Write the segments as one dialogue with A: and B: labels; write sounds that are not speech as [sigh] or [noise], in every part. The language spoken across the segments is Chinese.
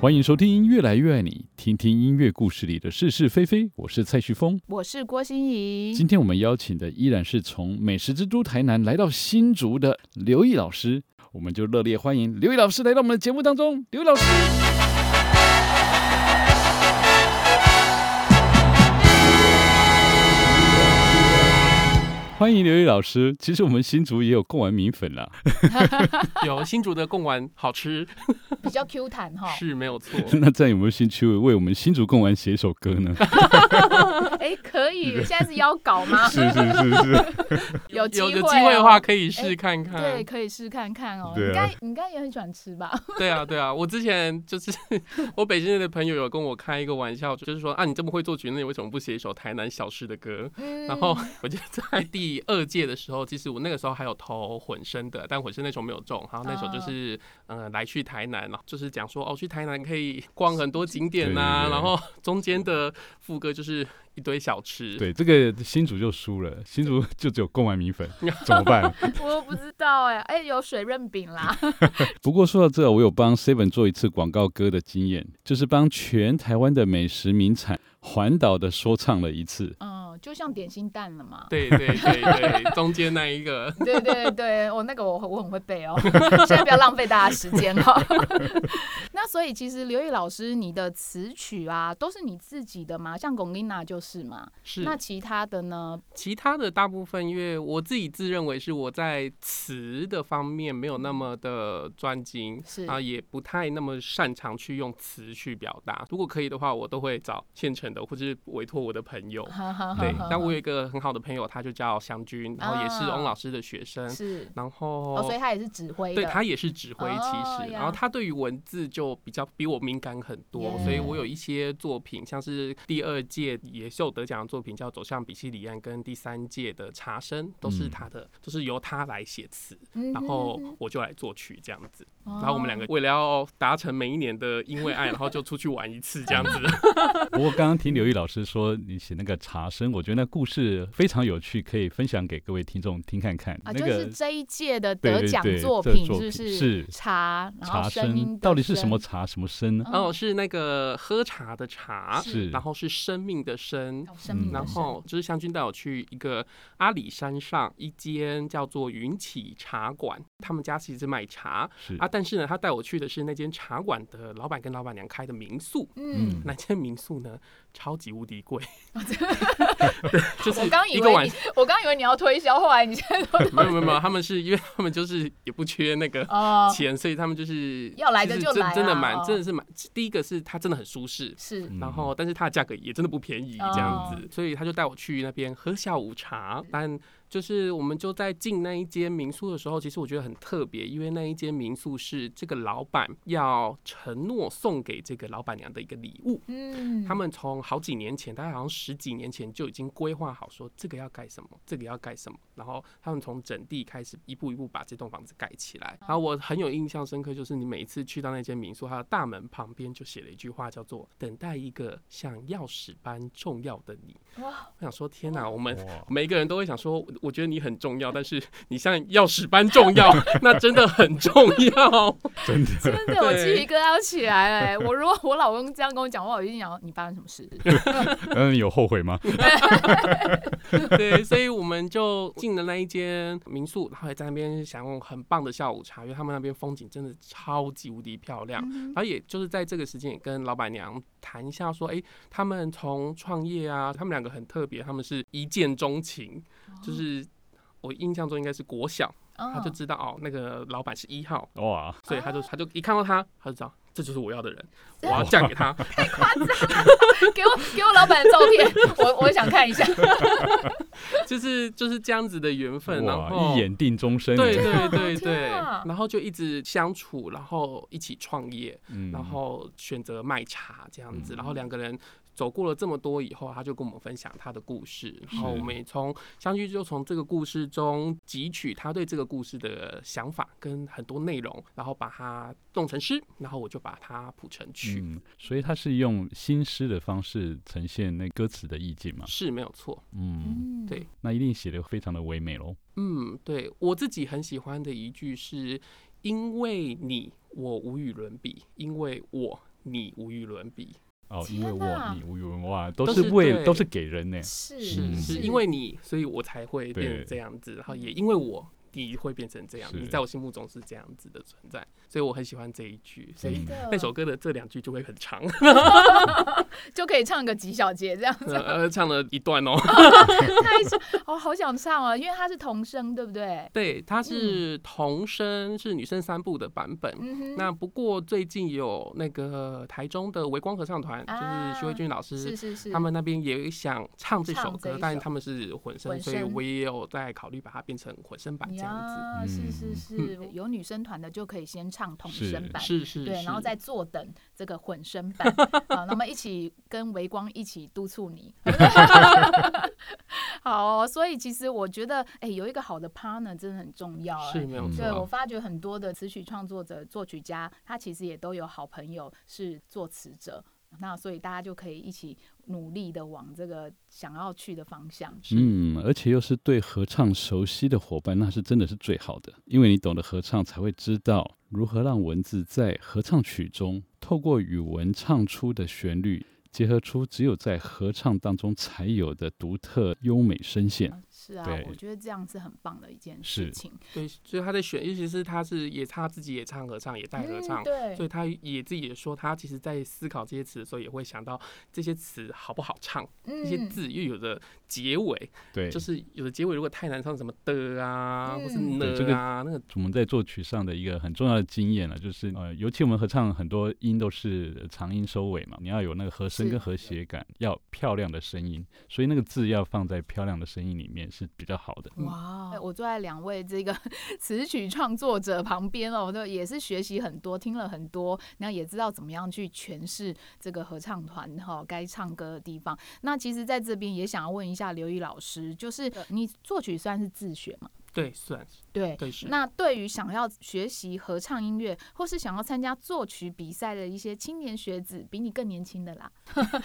A: 欢迎收听《越来越爱你》，听听音乐故事里的是是非非。我是蔡旭峰，
B: 我是郭心怡。
A: 今天我们邀请的依然是从美食之都台南来到新竹的刘毅老师，我们就热烈欢迎刘毅老师来到我们的节目当中。刘毅老师，欢迎刘毅老师。其实我们新竹也有贡丸米粉啊啦，
C: [laughs] 有新竹的贡丸好吃，
B: 比较 Q 弹哈。
C: [laughs] 是没
A: [laughs]
C: 有错。
A: [laughs] 那这样有没有兴趣为我们新竹贡丸写一首歌呢？
B: 哎，可以，现在是邀稿吗？
A: 是是是是。
B: 有机
C: [laughs] 有
B: 会
C: 有
B: 哦
C: 机会的话，可以试看看。
B: 对，可以试看看哦。你
A: 对
B: 应
A: 啊
B: 该你应该也很喜欢吃吧？
C: 对啊，对啊，我之前就是 [laughs] 我北京人的朋友有跟我开一个玩笑，就是说啊，你这么会做局，那你为什么不写一首台南小吃的歌？
B: 嗯
C: [laughs] 然后我就在第二届的时候，其实我那个时候还有投混声的，但混声那时候没有中。然后那时候
B: 哦
C: 就是，呃，来去台南，然后就是讲说哦，去台南可以逛很多景点呐、
A: 对对对
C: 然后中间的副歌就是一堆小吃。
A: 对，这个新竹就输了，新竹 [laughs] 就只有贡丸米
C: [laughs]
A: 粉，怎么办？
B: 我不知道哎，哎，有水润饼啦。
C: [laughs]
A: 不过说到这，啊我有帮 Seven 做一次广告歌的经验，就是帮全台湾的美食名产环岛的说唱了一次。
B: 嗯，就像点心蛋了嘛。
C: 对对对对，中间那一个。
B: 对对对，我那个我我很会背哦， [laughs] 现在不要浪费大家时间哈。 [laughs] 那所以其实刘毅老师，你的词曲啊，都是你自己的吗？像《龚琳娜》就是嘛。
C: 是，
B: 那其他的呢？
C: 其他的大部分，因为我自己自认为是我在词的方面没有那么的专精，
B: 是
C: 啊，也不太那么擅长去用词去表达。如果可以的话，我都会找现成的，或者是委托我的朋友。
B: 哈哈哈
C: 哦对
B: 哈，
C: 但我有一个很好的朋友，他就叫湘军，然后也是
B: 啊
C: 翁老师的学生，
B: 是
C: 然
B: 哦，所以
C: 后。
B: 他也是指挥的。
C: 对他也是指挥，
B: 哦
C: 其实，然
B: 呀
C: 后他对于文字就比较比我敏感很多，
B: Yeah
C: 所以我有一些作品，像是第二届野兽得奖的作品叫《走向比西里岸》，跟第三届的《茶声》都是
A: 嗯
C: 他的，都是由他来写词，
B: 嗯哼，嗯哦
C: 然后我就来作曲这样子。
B: 然
C: 然后我们两个为了要达成每一年的因为爱，然后就出去玩一次这
B: [laughs]
C: 样子。
A: [laughs] 不过刚刚听刘毅老师说你写那个茶声，我觉得那故事非常有趣，可以分享给各位听众听看看。
B: 啊，
A: 那
B: 就
A: 个
B: 是这一届的
A: 对
B: 得
A: 对
B: 奖
A: 对
B: 作
A: 这
B: 品
A: 作
B: 是不
A: 品
B: 是？
A: 是
B: 茶，然
A: 茶
B: 后声音
A: 声
B: 的
A: 到底是什
B: 声
A: 么？茶什么声呢？
B: 嗯
C: 哦，是那个喝茶的茶，
B: 是
A: 是
C: 嗯然后是生命的生，
B: 哦生命
A: 嗯
B: 的
C: 然
B: 声
C: 后就是湘军带我去一个阿里山上一间叫做云起茶馆，他们家其实是卖茶
A: 是
C: 啊，但是呢，他带我去的是那间茶馆的老板跟老板娘开的民宿。
B: 嗯，
C: 那间民宿呢，超级无敌贵，
B: 哦
C: [laughs] 就是
B: 我刚以
C: 一个
B: 为
C: 晚
B: 你， [laughs] 我刚以为你要推销，后来
C: [laughs]
B: 你
C: 没有没有没有，他们是因为他们就是也不缺那个
B: 哦，
C: 钱，所以他们就是
B: [laughs] 要来的
C: 是
B: 就
C: 真
B: 来
C: 真的
B: 啦
C: 蛮
B: 哦
C: 真的是蛮。第一个是它真的很舒适，
B: 是
A: 嗯
C: 然后但是它的价格也真的不便宜这样子，
B: 哦
C: 所以他就带我去那边喝下午茶。但就是我们就在进那一间民宿的时候，其实我觉得很特别，因为那一间民宿是这个老板要承诺送给这个老板娘的一个礼物。
B: 嗯，
C: 他们从好几年前，大概好像十几年前就已经规划好说这个要盖什么，这个要盖什么，然后他们从整地开始一步一步把这栋房子盖起来。然后我很有印象深刻，就是你每次去到那间民宿，它的大门旁边就写了一句话，叫做“等待一个像钥匙般重要的你”。
B: 哇，哦
C: 我想说，天哪，我们
A: 哇
C: 每个人都会想说，我觉得你很重要，但是你像钥匙般重要， [laughs] 那真的很重要。
A: 真的
B: 真的，我鸡
C: 对
B: 皮疙瘩都起来了欸。
C: [laughs]
B: 我如果我老公这样跟我讲话，我一定想你发生什么事。
A: 嗯，有后悔吗？
C: 对，所以我们就进了那一间民宿，然后也在那边享用很棒的下午茶，因为他们那边风景真的超级无敌漂亮。
B: 嗯
C: 然后也就是在这个时间，也跟老板娘谈一下说，哎、他们从创业啊，他们两个很特别，他们是一见钟情，就是我印象中应该是国小，他
B: 他
C: 就知道哦，那个老板是一号，
B: [laughs]
A: 哇，
C: 所以他就他就一看到他，他就知道这就是我要的人，我要嫁给他。
B: 给
C: [laughs]
B: 我给我老板的照片，我我想看一下。
C: 就是就是这样子的缘分，然
A: 哇，
C: 后
A: 一眼定终身。
C: 对
A: 哎
B: 啊
C: 对对
B: 天
C: 对，
B: 啊
C: 然后就一直相处，然后一起创业，
A: 嗯
C: 然后选择卖茶这样子，
A: 嗯
C: 然后两个人。走过了这么多以后，他就跟我们分享他的故事，然后我们也从相聚就从这个故事中汲取他对这个故事的想法跟很多内容，然后把它弄成诗，然后我就把它谱成曲，
A: 嗯，所以他是用新诗的方式呈现那歌词的意境嘛。
C: 是没有错。
A: 嗯，
B: 嗯
C: 对
A: 那一定写的非常的唯美喽。
C: 嗯，对我自己很喜欢的一句是：因为你，我无与伦比；因为我，你无与伦比，
A: 哦，因为
B: 天
A: 我
B: 哪
A: 你我我哇，都
C: 都
A: 是
C: 是
A: 为
C: 对
A: 都是给人呢，
B: 是
A: 嗯
C: 是因为你，所以我才会变
A: 对
C: 成这样子，然后也因为我。你会变成这样，
A: 是
C: 你在我心目中是这样子的存在，所以我很喜欢这一句，所以
A: 嗯
B: 的哦
C: 那首歌的这两句就会很长，，
B: 就可以唱个几小节这样
C: 呃，唱了一段哦。 [laughs]
B: 太想哦，好想唱啊，因为它是童声，对不对？
C: 对，它是童声，是女生三部的版本。
B: 嗯哼，
C: 那不过最近有那个台中的微光合唱团，
B: 啊
C: 就是徐慧君老
B: 是
C: 师，
B: 是是，
C: 他们那边也想唱这首
B: 唱这一
C: 歌
B: 首，
C: 但他们是混声，
B: 混
C: 所以
B: 声
C: 我也有在考虑把它变成混声版这样子。
B: 呀是啊是
A: 嗯
B: 是，有女生团的就可以先唱童
A: 是
B: 声版，
C: 是是，
B: 对，然后
C: 是
B: 再坐等这个混声
C: [laughs]
B: 版，好，那么一起跟微光一起督促
C: [laughs]
B: 你。好、哦所以其实我觉得，哎、有一个好的 partner 真的很重要、哎
C: 是没有
A: 嗯
C: 错
B: 对我
C: 啊。
B: 发觉很多的词曲创作者、作曲家，他其实也都有好朋友是作词者，那所以大家就可以一起努力的往这个想要去的方向。
A: 嗯，而且又是对合唱熟悉的伙伴，那是真的是最好的，因为你懂得合唱，才会知道如何让文字在合唱曲中，透过语文唱出的旋律，结合出只有在合唱当中才有的独特优美声线。
B: 是啊
A: 对，
B: 我觉得这样是很棒的一件
A: 是
B: 事情。
C: 对，所以他在选，尤其是他是也他自己也唱合唱，也带合唱
B: 嗯、。对，
C: 所以他也自己也说，他其实在思考这些词的时候，也会想到这些词好不好唱，这些
B: 嗯
C: 字又有的结尾，
A: 对，
C: 就是有的结尾如果太难唱，什么的啊，或是
B: 嗯
A: 对这
C: 呢
A: 个
C: 啊，那个
A: 我们在作曲上的一个很重要的经验了，就是呃，尤其我们合唱很多音都是长音收尾嘛，你要有那个和声
B: 是
A: 跟和谐感，要漂亮的声音，所以那个字要放在漂亮的声音里面是比较好的。
C: 哦
B: 哇、嗯我坐在两位这个 [laughs] 词曲创作者旁边哦，那也是学习很多，听了很多，那也知道怎么样去诠释这个合唱团哈、该唱歌的地方。那其实在这边也想要问一下刘怡老师，就是你作曲算是自学嘛？
C: 对，算是
B: 对。
C: 对是。
B: 那对于想要学习合唱音乐，或是想要参加作曲比赛的一些青年学子，比你更年轻的啦， [laughs]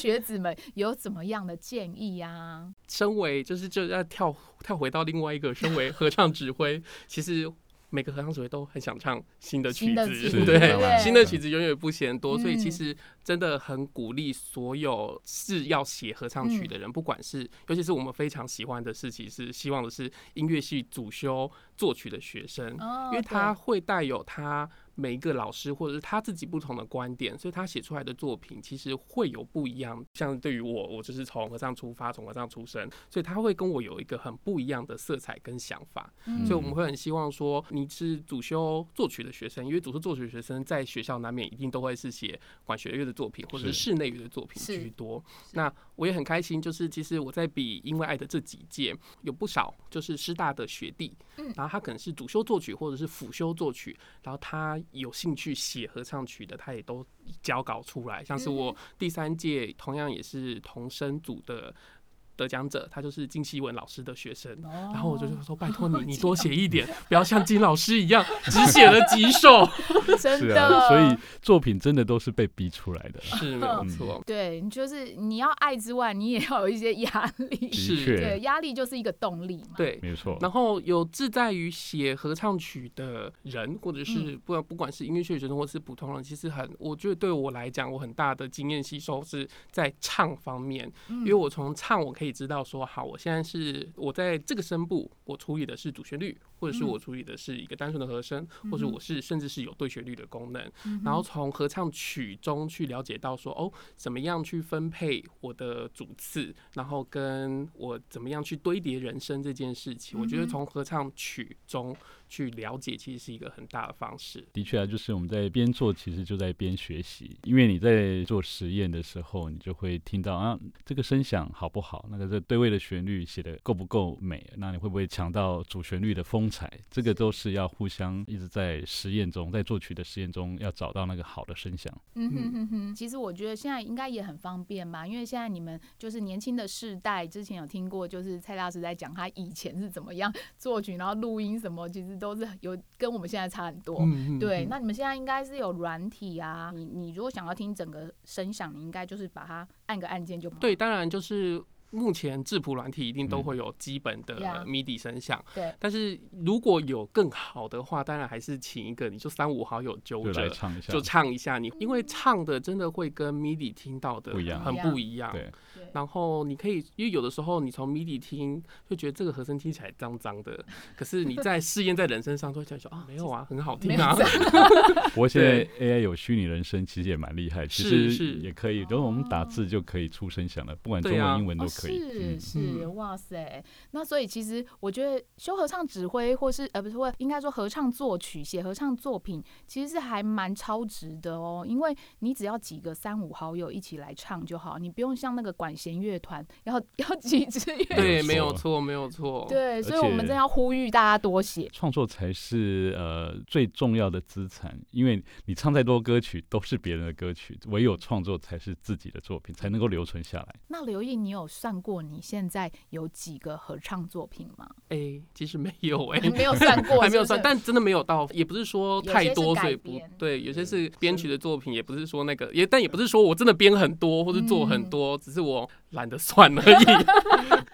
B: 学子们有怎么样的建议呀、
C: 身为就是就要跳跳回到另外一个，身为合唱指挥，其实每个合唱指挥都很想唱新的曲
B: 新的曲
C: 子，
A: 是
B: 子
A: 当
C: 对。
A: 然
B: 对
C: 新的曲子永远不嫌多，
B: 嗯
C: 所以其实真的很鼓励所有是要写合唱曲的人，不管是尤其是我们非常喜欢的事情是希望的是音乐系主修作曲的学生，
B: 哦
C: 嗯因
B: 对
C: 为他会带有他每一个老师或者是他自己不同的观点，所以他写出来的作品其实会有不一样。像对于我，我就是从合唱出发，从合唱出身，所以他会跟我有一个很不一样的色彩跟想法。
B: 嗯
C: 所以我们会很希望说，你是主修作曲的学生，因为主修作曲的学生在学校难免一定都会是写管弦乐的作品或者是
A: 是
C: 室内乐的作品
B: 是
C: 居多。那我也很开心，就是其实我在比因为爱的这几届有不少就是师大的学弟，
B: 嗯
C: 然后他可能是主修作曲或者是辅修作曲，然后他有兴趣写合唱曲的，他也都交稿出来。像是
B: 嗯
C: 我第三届同样也是童声组的得奖者，他就是金希文老师的学生，
B: 然
C: 然后我就说拜托 [laughs] 你，你多写一点，不要像金老师一样只写了几
A: [laughs]
C: 首。
B: 真
A: 是
B: 的，
A: 啊，所以作品真的都是被逼出来的。
C: 是没
A: 嗯
C: 有错，
B: 对，你就是你要爱之外，你也要有一些压力，
A: 的
C: 是
B: 对，
A: 确，
B: 压力就是一个动力嘛。
C: 对。
A: 没错。
C: 然后有志在于写合唱曲的人，或者是不管不管是音乐系学生或是普通人，其实很，我觉得对我来讲，我很大的经验吸收是在唱方面，
B: 嗯，
C: 因为我从唱我可以知道说，好，我现在是我在这个声部，我处理的是主旋律，或者是
B: 嗯
C: 我处理的是一个单纯的和声，或
B: 嗯
C: 者
B: 哼
C: 我是甚至是有对旋律的功能。
B: 嗯哼
C: 然后从合唱曲中去了解到说，哦，怎么样去分配我的主次，然后跟我怎么样去堆叠人生这件事情，我觉得
B: 嗯哼
C: 从合唱曲中去了解，其实是一个很大的方式。
A: 的确啊，就是我们在边做，其实就在边学习。因为你在做实验的时候，你就会听到啊，这个声响好不好？那个这对位的旋律写的够不够美？那你会不会抢到主旋律的风采？这个都是要互相一直在实验中，在作曲的实验中要找到那个好的声响。
B: 嗯哼哼哼，其实我觉得现在应该也很方便吧，因为现在你们就是年轻的世代，之前有听过，就是蔡大师在讲他以前是怎么样作曲，然后录音什么，其实都是有跟我们现在差很多。
C: 嗯
B: 对，那你们现在应该是有软体啊，你你如果想要听整个声响，你应该就是把它按个按键就。
C: 对，当然就是。目前质谱软体一定都会有基本的
B: 呀
C: MIDI 声响，
B: 对，
C: 但是如果有更好的话，当然还是请一个你就三五好友揪
A: 就来
C: 着。
A: 唱一下
C: 就。唱一下你，因为唱的真的会跟 MIDI 听到的
A: 不一样
C: 很不一样。
A: 对，
B: 对
C: 然后你可以，因为有的时候你从 MIDI 听，就觉得这个和声听起来脏脏的，可是你在试验在人身上，就会觉得说啊，没有啊，很好听
B: 没有
C: 啊。
A: 不过现在 AI 有虚拟人声，其实也蛮厉害，其实
C: 是是
A: 也可以，就是我们打字就可以出声响了，不管中
C: 对
A: 文、
C: 啊
A: 英文都
B: 哦，
A: 可以。
B: 是
A: 嗯
B: 是，哇塞！那所以其实我觉得修合唱指挥，或是呃，不是，或应该说合唱作曲、写合唱作品，其实是还蛮超值的哦。因为你只要几个三五好友一起来唱就好，你不用像那个管弦乐团要要几支乐器。
C: [laughs] 对，
A: 嗯没有
C: 没有
A: 错
C: 错，没有错。
B: 对，所以我们
A: 且
B: 真的要呼吁大家多写。
A: 创作才是呃最重要的资产，因为你唱再多歌曲都是别人的歌曲，唯有创作才是自己的作品，才能够留存下来。
B: 那刘毅，你有算过你现在有几个合唱作品吗？
C: 哎、其实没有哎、
B: 没有算过，
C: [laughs] 还没有
B: 嗯是不
C: 算，
B: 是
C: 但真的没有到，也不是说
B: 有
C: 太
B: 些是
C: 多，
B: 改
C: 所以不
B: 编
C: 对。有些是编曲的作品，也不是说那个，也但也不是说我真的编很多或是做很
B: 嗯
C: 多，只是我懒得算而已。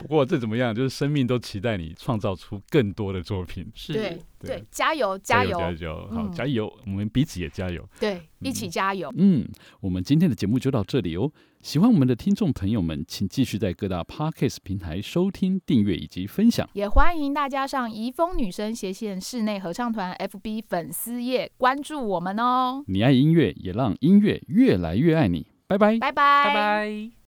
A: 不过这怎么样，就是生命都期待你创造出更多的作品。
C: 是
B: 对，
A: 对
B: 对，加油加
A: 油，加
B: 油，
A: 油！好，
B: 嗯
A: 加油！我们彼此也加油。
B: 对，一起加油。
D: 嗯，我们今天的节目就到这里哦。喜欢我们的听众朋友们，请继续在各大 podcast 平台收听、订阅以及分享。
B: 也欢迎大家上怡丰女生斜线室内合唱团 FB 粉丝页关注我们哦，
D: 你爱音乐，也让音乐越来越爱你。拜拜。
B: 拜拜
C: 拜拜。